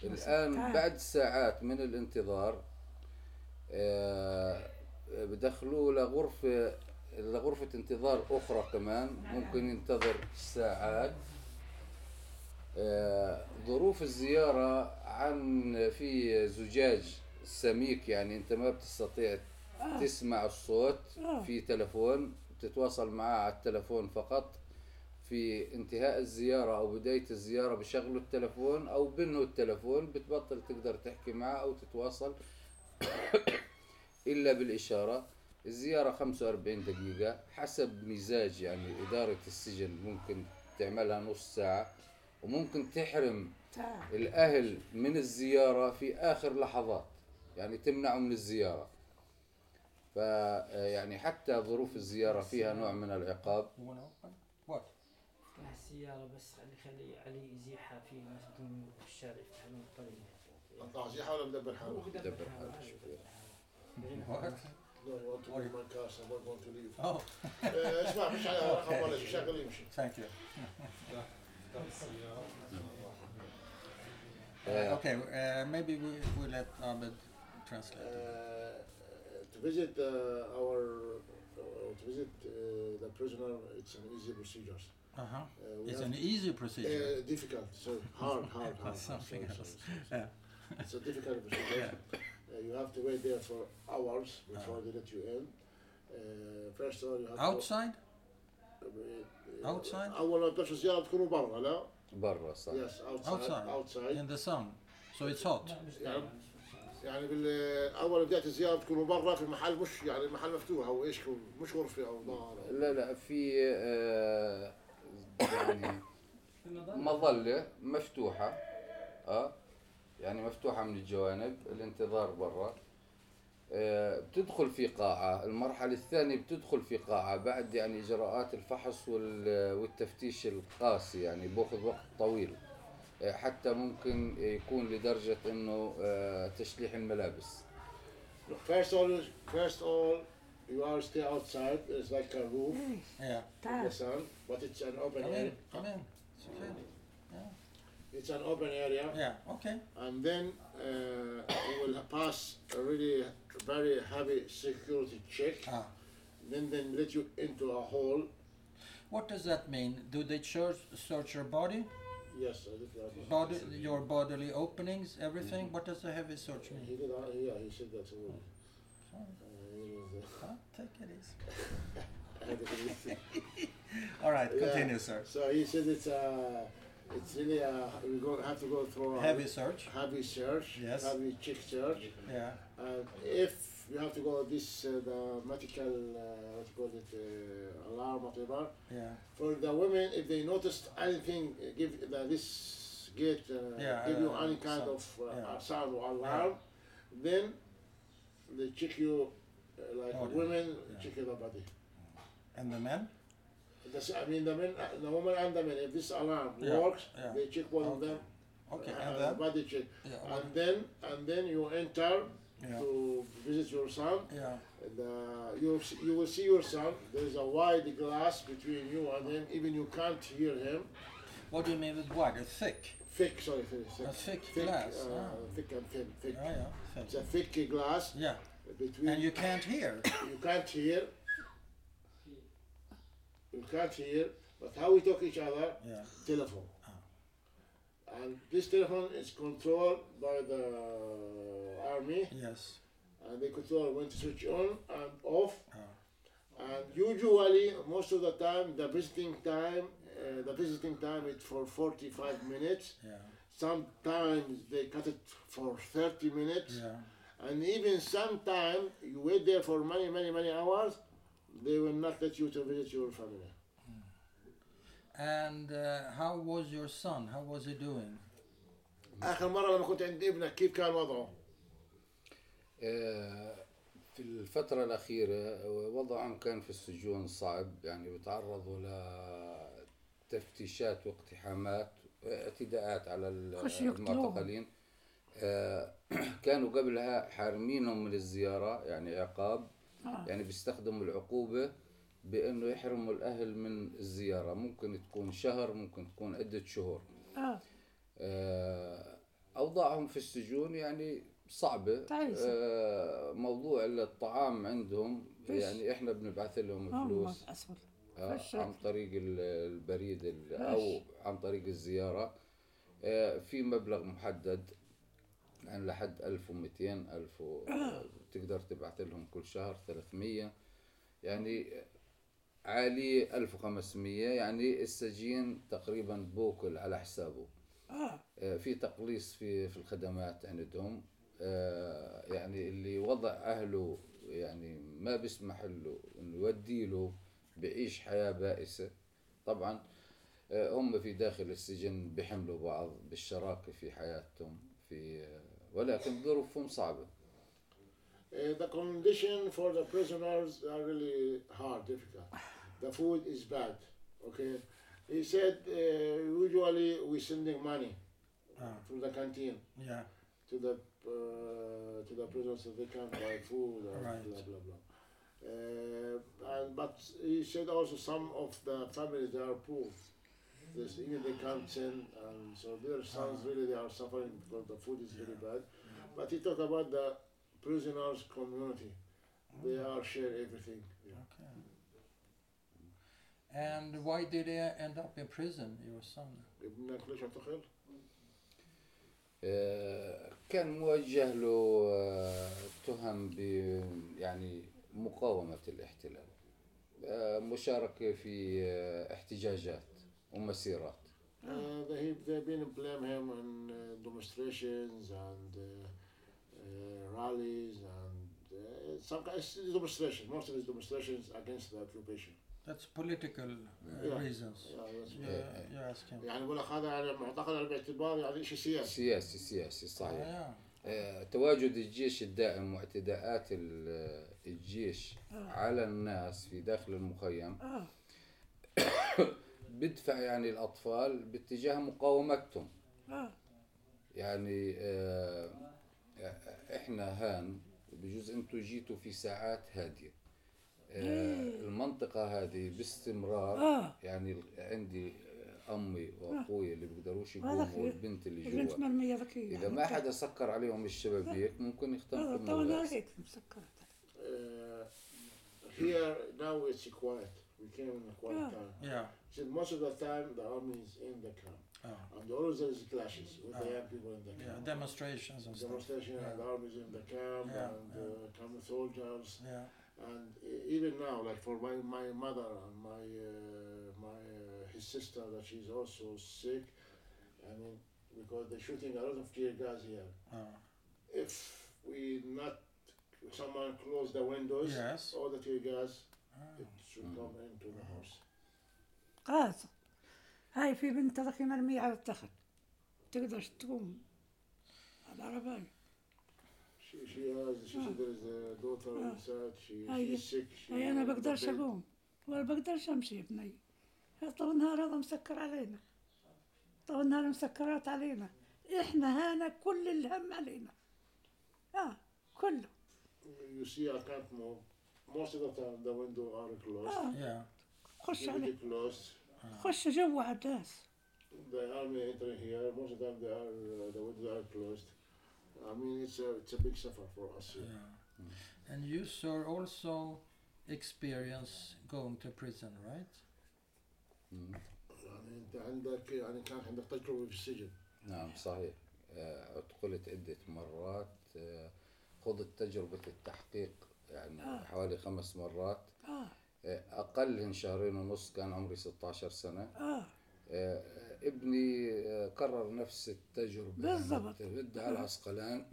الان
تعال.
بعد ساعات من الانتظار آه، بدخلوه لغرفه لغرفة انتظار أخرى كمان ممكن ينتظر ساعات آه، ظروف الزيارة عن في زجاج سميك يعني أنت ما بتستطيع تسمع الصوت
آه.
في تلفون تتواصل معاه على التلفون فقط في انتهاء الزيارة أو بداية الزيارة بشغلوا التلفون أو بنوا التلفون بتبطل تقدر تحكي معه أو تتواصل إلا بالإشارة الزيارة 45 دقيقة حسب مزاج يعني إدارة السجن ممكن تعملها نص ساعة وممكن تحرم
تعال.
الأهل من الزيارة في آخر لحظات يعني تمنعهم من الزيارة ف يعني حتى ظروف الزيارة فيها نوع من العقاب
You wanna open? What?
مع السيارة بس خلي خلي علي يزيحها في مثلا في الشارع يفتح لهم الطريق
قطع زيحة ولا مدبر حاله؟
دبر حالك شوي.
What?
No, I want to leave my car, so I don't want to leave.
Oh,
آه، اسمع مش على رقم ولا شيء شغل يمشي.
thank you. Uh,
آه،
Okay, uh, maybe we, we let Abed translate. it.
Uh, to visit uh, our uh, to visit uh, the prisoner, it's an easy procedure.
Uh-huh.
Uh, we
It's
have-
an easy procedure.
Uh, difficult, sorry, hard, hard, hard.
Something
sorry,
else.
sorry, sorry.
Yeah.
It's a difficult procedure. Uh, you have to wait there for hours before they let you in. Uh, first of all, you have
Uh-huh. Outside?
To, uh, uh,
Outside?
أول ما تمشوا زيارة تكونوا برا لا؟
برا صح
Yes, outside.
Outside.
Outside.
In the sun. So it's hot.
لا مش
يعني
دايما.
يعني بال- اول ما بدات الزياره بتكونوا برا في المحل مش يعني المحل مفتوح او ايش يكون مش غرفه او دار أو-
لا لا في آه، يعني مظلة مفتوحة اه يعني مفتوحة من الجوانب الانتظار برا آه، بتدخل في قاعة المرحلة الثانية بتدخل في قاعة بعد يعني إجراءات الفحص وال- والتفتيش القاسي يعني بأخذ وقت طويل آه، حتى ممكن يكون لدرجة إنه آه، تشليح الملابس
Look, First all, first all, you are stay outside. It's like a roof
Yeah.
in the
تعال
sun, but it's an open
Come
area.
in. Come in. It's okay.
It's an open area,
Yeah. Okay.
and then uh, you will pass a really very heavy security check.
Ah.
Then then let you into a hall.
What does that mean? Do they search, search your body,
Yes, I did that.
body, your bodily openings, everything? What does a heavy search
He
mean?
did. that- Yeah, he said that word.
Huh? Take it easy.
Uh,
All right.
Yeah.
Continue, sir.
so he said it's a, it's really a, we go, have to go through a
Heavy search.
heavy search,
Yes.
heavy check search.
Yeah.
And if you have to go this uh, the medical uh, what you call it uh, alarm whatever
Yeah.
for the women if they noticed anything uh, give the, this gate uh,
Yeah,
give you
uh,
any kind
sound.
of uh,
Yeah.
sound or alarm then they check you uh, like
Body.
women
Yeah.
check your body.
And the men?
That's, I mean the men uh, the woman and the men if this alarm
Yeah,
works
yeah.
they check one of
Okay.
them
Okay.
uh,
And then?
body check
Yeah.
and then and then you enter
Yeah.
to visit your son.
Yeah.
the, you, you will see your son. There is a wide glass between you and him. Even you can't hear him.
What do you mean with wide? A thick.
Thick, sorry, thick. thick.
A thick
Thick,
glass,
Uh,
ah.
Thick and thin. Thick.
Yeah. Yeah.
It's a
Thick.
thick glass
Yeah.
between.
And you can't hear.
you can't hear. You can't hear. But how we talk each other?
Yeah.
Telephone.
Ah.
And this telephone is controlled by the army.
Yes.
and they control when to switch on and off.
Ah.
And usually, most of the time, the visiting time, uh, the visiting time is for 45 minutes.
Yeah.
Sometimes they cut it for 30 minutes,
Yeah.
and even sometimes you wait there for many, many, many hours. They will not let you to visit your family.
And uh, how was your son? How was he doing?
آخر مرة لما كنت عند ابنك كيف كان وضعه؟
آه، في الفترة الأخيرة وضعهم كان في السجون صعب يعني بيتعرضوا لتفتيشات واقتحامات اعتداءات على
خش
ال-
يقتلوهم.
المعتقلين آه، كانوا قبلها حارمينهم من الزيارة يعني عقاب
آه.
يعني بيستخدموا العقوبة بأنه يحرموا الأهل من الزيارة ممكن تكون شهر ممكن تكون عدة شهور
آه.
آه، أوضاعهم في السجون يعني صعبة
تعيسة.
آه، موضوع الطعام عندهم
فيش.
يعني إحنا بنبعث
آه،
لهم
ما
فلوس
أسود
آه،
فيش
عن
شكل.
طريق ال- البريد ال- أو
فيش.
عن طريق الزيارة آه، في مبلغ محدد يعني لحد 1200 1000 و- بتقدر تبعث لهم كل شهر 300 يعني عالي 1500 يعني السجين تقريبا بوكل على حسابه
آه.
آه، في تقليص في في الخدمات عندهم آه، يعني اللي وضع اهله يعني ما بيسمح له انه يودي له بيعيش حياه بائسه طبعا آه، هم في داخل السجن بيحملوا بعض بالشراكه في حياتهم في آه، ولكن ظروفهم صعبه
Uh, the condition for the prisoners are really hard, difficult. The food is bad. Okay, he said uh, usually we sending money
Ah.
from the canteen
Yeah.
to the uh, to the prisoners so they can buy food or
Right.
blah blah blah. Uh, and but he said also some of the families they are poor. This, even they can't send, and so their sons really they are suffering because the food is really bad. But he talked about the prisoners community. They are share everything. Yeah.
Okay. And why did he end up in prison, your son?
ابنك ليش اعتقل؟
آه، كان موجه له آه، تهم ب يعني مقاومة الاحتلال آه، مشاركة في آه، احتجاجات ومسيرات
Uh, they, they've been blame him in uh, demonstrations and uh, uh, uh, rallies and uh, some kind it's demonstrations. Most of it's demonstrations against the occupation.
That's political uh,
Yeah.
reasons.
Yeah, that's
You,
Yeah.
you ask him.
يعني بقول لك هذا على معتقد على باعتبار يعني شيء سياسي.
سياسي سياسي صحيح
Yeah.
آه، تواجد الجيش الدائم واعتداءات ال- الجيش على الناس في داخل المخيم
آه.
بدفع يعني الأطفال باتجاه مقاومتهم
آه.
يعني آه، آه، إحنا هان بجوز أنتوا جيتوا في ساعات هادية آه، المنطقة هذه باستمرار
إيه. آه.
يعني ال- عندي آه، أمي وأخوي اللي بيقدروش
هذا
يقوموا
خير.
والبنت اللي جوا
البنت مرمية ذكية يعني
إذا ما حدا سكر عليهم الشبابيك ممكن يختنقوا
آه، طبعا
الناس
هيك مسكرة
Uh, here now it's quiet. We came in a quiet
Yeah.
time.
Yeah.
See, most of the time the army is in the camp,
Oh.
and always there is clashes with the
Yeah.
young people in the
Yeah.
camp.
Demonstrations and stuff.
Demonstration
Yeah.
and the army is in the camp
Yeah,
and
yeah.
Uh, common soldiers.
Yeah.
And e- even now, like for my, my mother and my uh, my uh, his sister, that she's also sick. I mean, because they're shooting a lot of tear gas here.
Oh.
If we not someone close the windows,
Yes.
all the tear gas
Ah.
Oh.
it should come into the house.
قاص هاي في بنت ذكية مرمية على التخت تقدر تقوم على العربية
She she has she said there is a daughter
Mm. Ah.
inside. She
Ah, yeah.
she's sick. She
هاي أنا
in the
بقدرش
bed.
أقوم ولا بقدرش أمشي يا بني طول النهار هذا مسكر علينا طول النهار مسكرات علينا إحنا هانا كل الهم علينا آه كله
You see, I can't move. Most of the time, the window are closed.
آه
Yeah.
خش
Really
عليه
closed.
خش جوا عداس
The army entering here, most of the time they are, uh, the windows are closed. I mean, it's a, it's a big suffer for us
Yeah.
here.
And you, sir, also experience going to prison, right?
مم.
يعني انت عندك يعني كان عندك تجربه في السجن
نعم صحيح آه، اعتقلت عدة مرات آه، خضت تجربة التحقيق يعني
آه.
حوالي خمس مرات
آه
آه، أقلهن شهرين ونص كان عمري 16 سنة
آه
آه، ابني آه، كرر نفس التجربة يعني
بالضبط. آه.
رد على عسقلان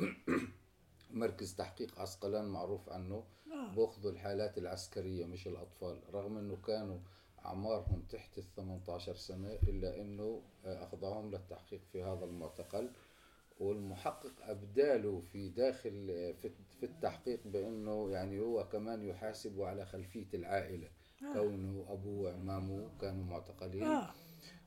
مركز تحقيق عسقلان معروف عنه
آه
بأخذوا الحالات العسكرية مش الأطفال رغم أنه كانوا أعمارهم تحت ال 18 سنة إلا أنه آه، أخضعهم للتحقيق في هذا المعتقل والمحقق أبداله في داخل آه، في في التحقيق بأنه يعني هو كمان يحاسب على خلفية العائلة كونه أبوه وعمامه كانوا معتقلين
آه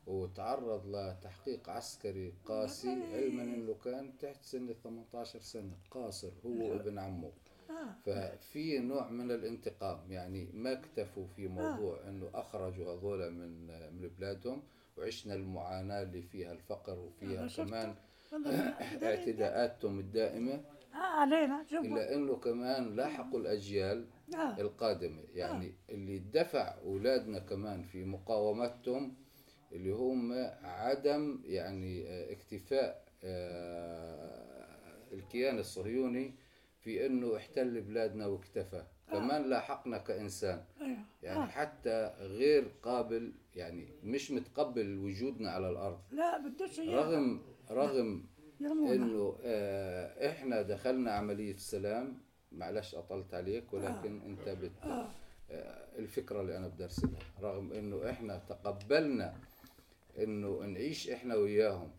وتعرض لتحقيق عسكري قاسي
يعني
علما أنه كان تحت سن ال 18 سنة قاصر هو وابن عمه
آه
ففي نوع من الانتقام يعني ما اكتفوا في
آه.
موضوع انه اخرجوا هذول من من بلادهم وعشنا المعاناه اللي فيها الفقر وفيها
أنا آه، شفت.
كمان
والله
اعتداءاتهم الدائمه
آه علينا جوا
الا انه كمان لاحقوا الاجيال
آه
القادمه يعني اللي دفع اولادنا كمان في مقاومتهم اللي هم عدم يعني آه، اكتفاء آه، الكيان الصهيوني في انه احتل بلادنا واكتفى كمان لاحقنا كانسان
أيوه
يعني
آه.
حتى غير قابل يعني مش متقبل وجودنا على الارض
لا بدوش إياه
رغم رغم
يرمونا
انه آه، احنا دخلنا عمليه سلام معلش اطلت عليك ولكن انت بت
آه.
آه، الفكره اللي انا بدي ارسلها رغم انه احنا تقبلنا انه نعيش احنا وياهم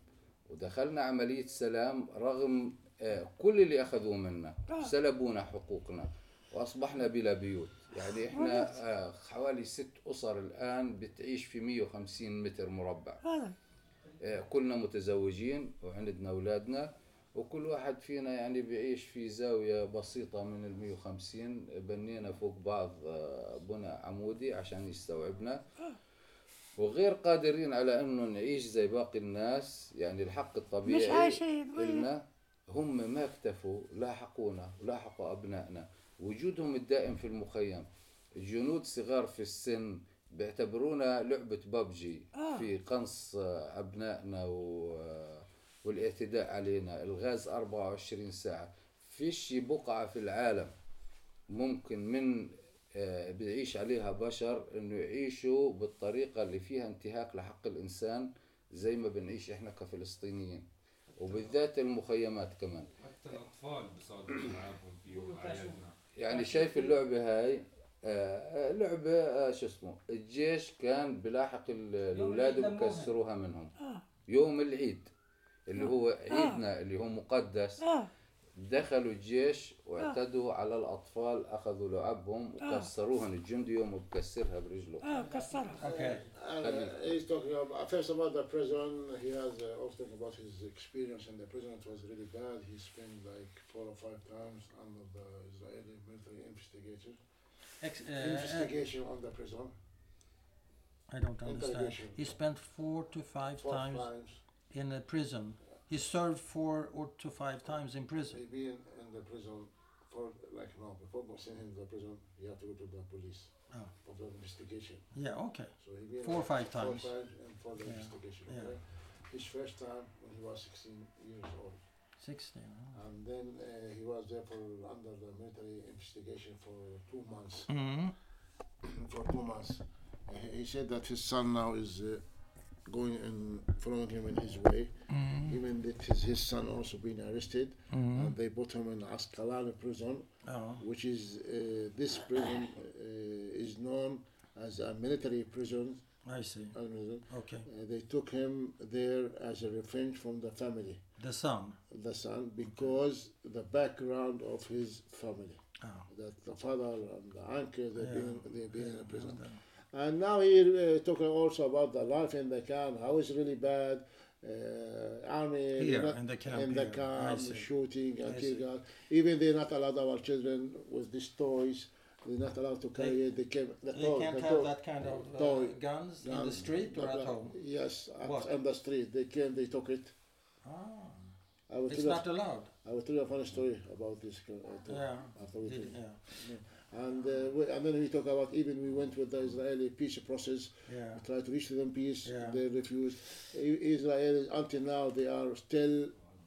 ودخلنا عمليه سلام رغم آه، كل اللي اخذوه منا
آه.
سلبونا حقوقنا واصبحنا بلا بيوت يعني احنا آه، حوالي ست اسر الان بتعيش في 150 متر مربع
هذا
آه، كلنا متزوجين وعندنا اولادنا وكل واحد فينا يعني بيعيش في زاويه بسيطه من ال 150 بنينا فوق بعض آه، بنى عمودي عشان يستوعبنا وغير قادرين على انه نعيش زي باقي الناس يعني الحق الطبيعي
مش عايشين
إلنا هم ما اكتفوا لاحقونا ولاحقوا أبنائنا وجودهم الدائم في المخيم جنود صغار في السن بيعتبرونا لعبة ببجي
آه.
في قنص آه، أبنائنا و... آه، والاعتداء علينا الغاز 24 ساعة فيش بقعة في العالم ممكن من آه، بيعيش عليها بشر انه يعيشوا بالطريقة اللي فيها انتهاك لحق الانسان زي ما بنعيش احنا كفلسطينيين وبالذات المخيمات كمان
حتى الاطفال بصاروا يلعبوا في اعيادنا
يعني شايف اللعبة هاي آه، لعبة آه، شو اسمه الجيش كان بلاحق ال- الأولاد
العيد لموها.
وبكسروها منهم
آه.
يوم العيد اللي هو
آه.
عيدنا اللي هو مقدس
اه
دخلوا الجيش
آه.
واعتدوا على الأطفال أخذوا لعبهم
آه.
وكسروهن الجندي يوم بكسرها برجله
آه.
اه كسرها
Okay.
And uh, he's talking about first about the prison. He has uh, often about his experience in the prison. It was really bad. He spent like four or five times under the Israeli military investigator.
Ex- uh,
investigation on the prison.
I don't understand.
Interrogation.
He spent four to five
Four
times
times.
in a prison. He served four or to five times in prison.
He been in the prison for like no before sending him to the prison. He had to go to the police
Oh.
for the investigation.
Yeah, okay.
So he been
Four or five
four
times.
times and for the
Yeah,
investigation.
yeah.
okay? His first time when he was 16 years old.
16. huh?
and then uh, he was there for under the military investigation for two months.
Mhm.
for two months, Uh, he said that his son now is uh, going and following him in his way.
Mm-hmm. Hmm.
Even that his, his son also being arrested, and they put him in Ascalon prison,
Oh,
which is uh, this prison uh, is known as a military prison.
I see.
Uh,
Okay.
they took him there as a revenge from the family
The son.
the son because the background of his family.
Oh.
That the father and the uncle they've been they've been in the prison.
the-
And now he uh, talking also about the life in the camp, how it's really bad. Uh, army
Here,
not-
in the camp
in the
here. I
camp,
see.
shooting and
I
tear
see.
gas. Even they're not allowed our children with these toys. They're not allowed to carry it. They can the
They
toy-
can't
the
have
toy-
that kind of uh,
toy.
guns in the
guns,
street or
blah,
at
blah.
home.
Yes,
What?
at, on the street. They came. They took it.
Ah,
I will
it's
tell you-
not allowed.
I will tell you a funny story about this. uh, too,
Yeah.
after we
Did-
finish.
yeah.
And uh, we, and then we talk about even we went with the Israeli peace process,
Yeah.
we tried to reach them peace.
Yeah.
They refused. I- Israel until now they are still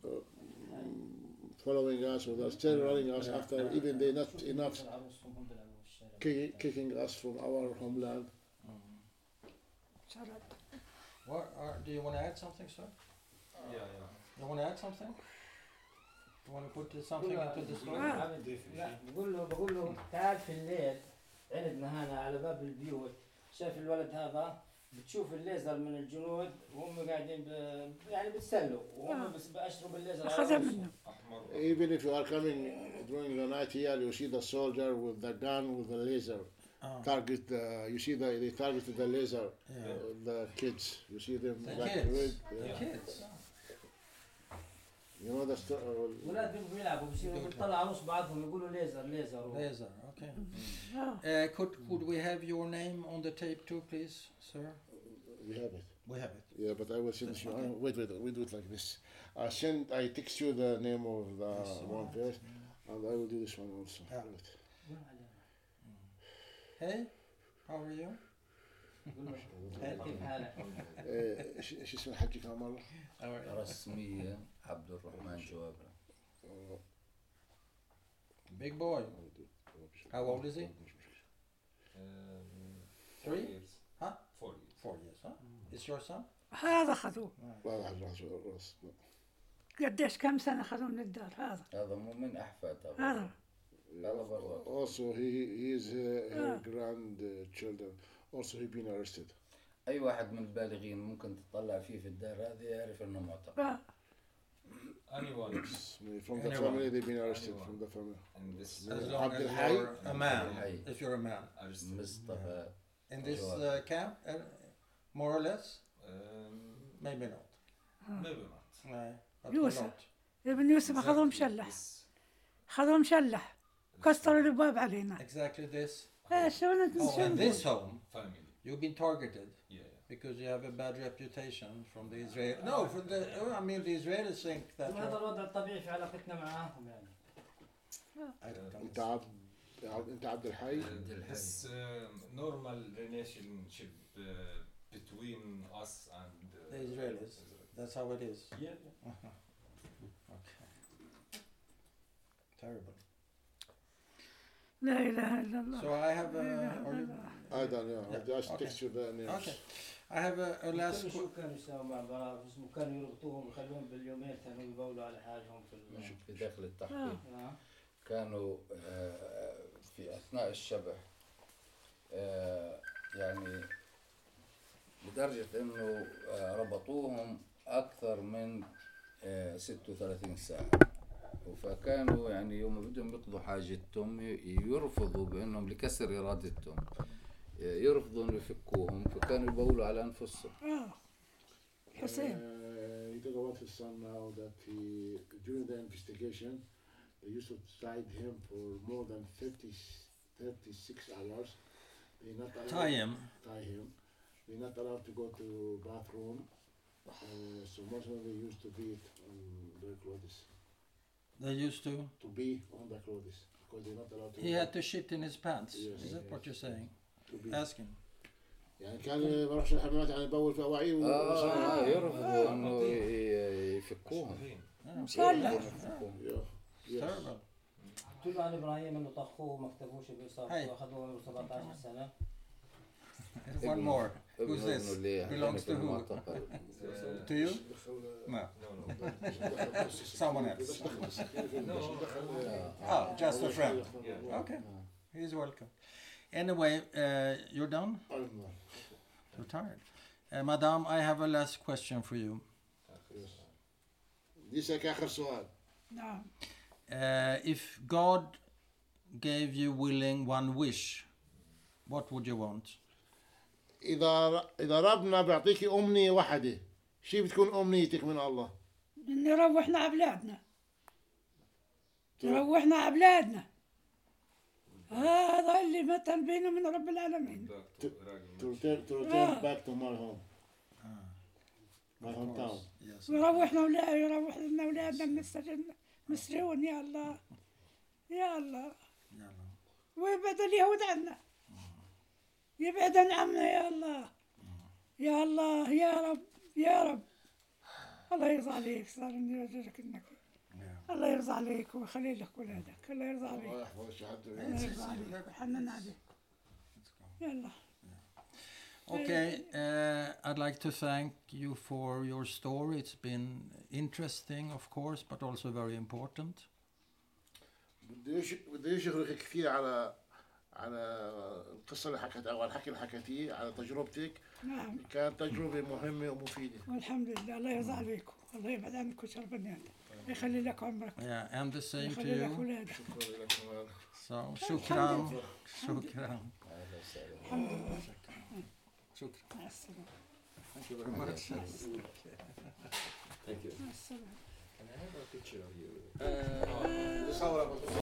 uh, mm, following us, or they're still running us
Yeah.
after. Even they're not enough
عروسهم بيلعبوا في الشارع
ki- kicking us from our homeland.
شرد
Um, What are, do you want to add something, sir?
Yeah, yeah.
You want to add something? You want to put something
والله
into the story?
عم-
آه.
لا، بقول له بقول له تعال في الليل عندنا هنا على باب البيوت شايف الولد هذا بتشوف الليزر من الجنود وهم قاعدين ب... يعني بتسلوا
آه.
وهم بس بأشروا بالليزر على
اخذها
رؤوسهم.
منه
احمر
Even if you are coming uh, during the night here, you see the soldier with the gun with the laser
Oh,
target. Uh, you see the they targeted the laser. uh,
yeah.
The kids, you see them.
The
like
kids.
red,
The
yeah.
kids.
You know the uh, story.
ولاد بيبقوا يلعبوا بصيروا بتطلع عروس بعضهم يقولوا ليزر ليزر و...
Laser, okay.
Mm-hmm.
اه
Uh, could, could we have your name on the tape too, please, sir?
We have it.
We have it.
Yeah, but I will send you. uh, Wait, wait, we do it like this. I send. I text you the name of the Uh, one first, and I will do this one also.
Yeah.
Wait.
قولوا عليهم.
Hey, how are you?
قولوا لهم، كيف حالك؟
Uh, ش- شو اسم الحاج كمان مرة؟
How are you?
رسمية عبد الرحمن جوابرة
Uh,
Big boy. How old is he?
Um,
Three?
years.
Huh?
Four years.
Four years, huh? It's your son?
هذا خذوه
لا لا لا راس
قديش كم سنه خذوه من الدار هذا
هذا مو من أحفادها
آه.
هذا
هذا برا
Also he he is her, her grandchildren. Also he been arrested.
أي واحد من البالغين ممكن تطلع فيه في الدار هذه يعرف إنه معتقل
آه.
Anyone
From the
Anyone.
family they been arrested from the family.
in this
As
Yeah.
long
Abdul
as
Hayy?
you're a
Abdul
man,
Hayy.
if you're a man.
آه.
arrested.
مصطفى
In this
Sure.
uh, camp, uh, more or less?
Um,
Maybe not.
maybe not.
No, but
Yes.
a lot.
ابن يوسف خذوه مشلح
This-
خذوه مشلح كسروا الباب علينا
Exactly this.
ايه شو نت-
Oh,
شو
and
نقول؟
this home,
Family.
you've been targeted
Yeah, yeah.
because you have a bad reputation from the Israel. No, from the. oh, I mean, the Israelis think that.
وهذا
You're,
الوضع الطبيعي في علاقتنا معاهم يعني
I don't
انت
understand.
عبد عبد- انت عبد الحي
الحي.
This um, normal relationship uh, between us and uh,
The Israelis. That's how it is.
Yeah,
Okay. Terrible.
لا اله الا الله
So I have. Uh, are you,
I don't know. I
Yeah,
just
okay.
text you the names.
okay. I have a, a last.
كل
que-
شو كانوا يساووا مع بعض بس كانوا يربطوهم يخلوهم باليومين كانوا يبولوا على حالهم في ال-
في داخل التحقيق
آه.
كانوا آه، في اثناء الشبح آه، يعني لدرجة انه آه، ربطوهم اكثر من آه، 36 ساعة فكانوا يعني يوم بدهم يقضوا حاجتهم يرفضوا بانهم لكسر ارادتهم آه، يرفضوا انه يفكوهم فكانوا يبولوا على انفسهم
آه. حسين
Uh, you talk about his son now that he, during the investigation, they used to tie him for more than 30, 36 hours. They not allowed,
Tie him.
Tie him. They're not allowed to go to bathroom. Uh, so most of them they used to beat on their clothes.
They used to.
To be on their clothes because they're not allowed to.
He had to shit in his pants.
Yes.
Is that what you're saying?
to be. uh,
Asking.
يعني كان ما يروحش الحمامات يعني يبول في اواعيه و-
آه
وصار-
يرفضوا انه ي- يفكوهم
Yeah.
مشكلة
يرفضوا يفكوهم.
Yeah. Yes.
Oh. Terrible.
قلت له عن ابراهيم انه طخوه وما كتبوش
هاي.
بالاصابه واخذوه عمره 17 سنه
One
Ignorant.
more.
ابنه
Who's
ابنه
this?
اللي
Belongs
في
to who?
المعتقل
To you?
دخل-
No.
No,
Someone else.
no. no.
Oh, just a friend.
Yeah.
Okay. He's welcome. Anyway, uh, you're done? You're tired. Uh, Madame, I have a last question for you.
ليسك اخر سؤال
نعم
Uh, if God gave you willing one wish, what would you want?
اذا اذا ربنا بيعطيك امنيه واحده شو بتكون امنيتك من الله؟
نروحنا أبلادنا نروحنا أبلادنا هذا اللي مثل بينه من رب العالمين
To return, to return back to my home. My hometown.
Yes.
ويروحنا ولا يروح لنا أولادنا من السجن مسجون يا الله يا الله ويبعد اليهود عنا يبعدن عنا يا الله يا الله يا رب يا رب الله يرضى عليك صار اني رجلك انك الله يرضى عليك ويخلي لك ولادك الله يرضى عليك الله يرضى عليك ويحنن عليك يلا
Okay, uh, I'd like to thank you for your story. It's been interesting, of course, but also very important.
بديش بديش يشكرك كثير على على القصه اللي حكت او على الحكي اللي حكيتيه على تجربتك
نعم
كانت تجربه مهمه ومفيده
والحمد لله الله يرضى عليكم الله يبعد عنكم شر بنيان يخلي لك عمرك
Yeah, and the same to
يخلي لك
you.
ولادك
شكرا لكم
So, shukran, shukran,
الحمد لله
shukran.
مع السلامه
Thank you very much.
مع السلامه
صورة بس.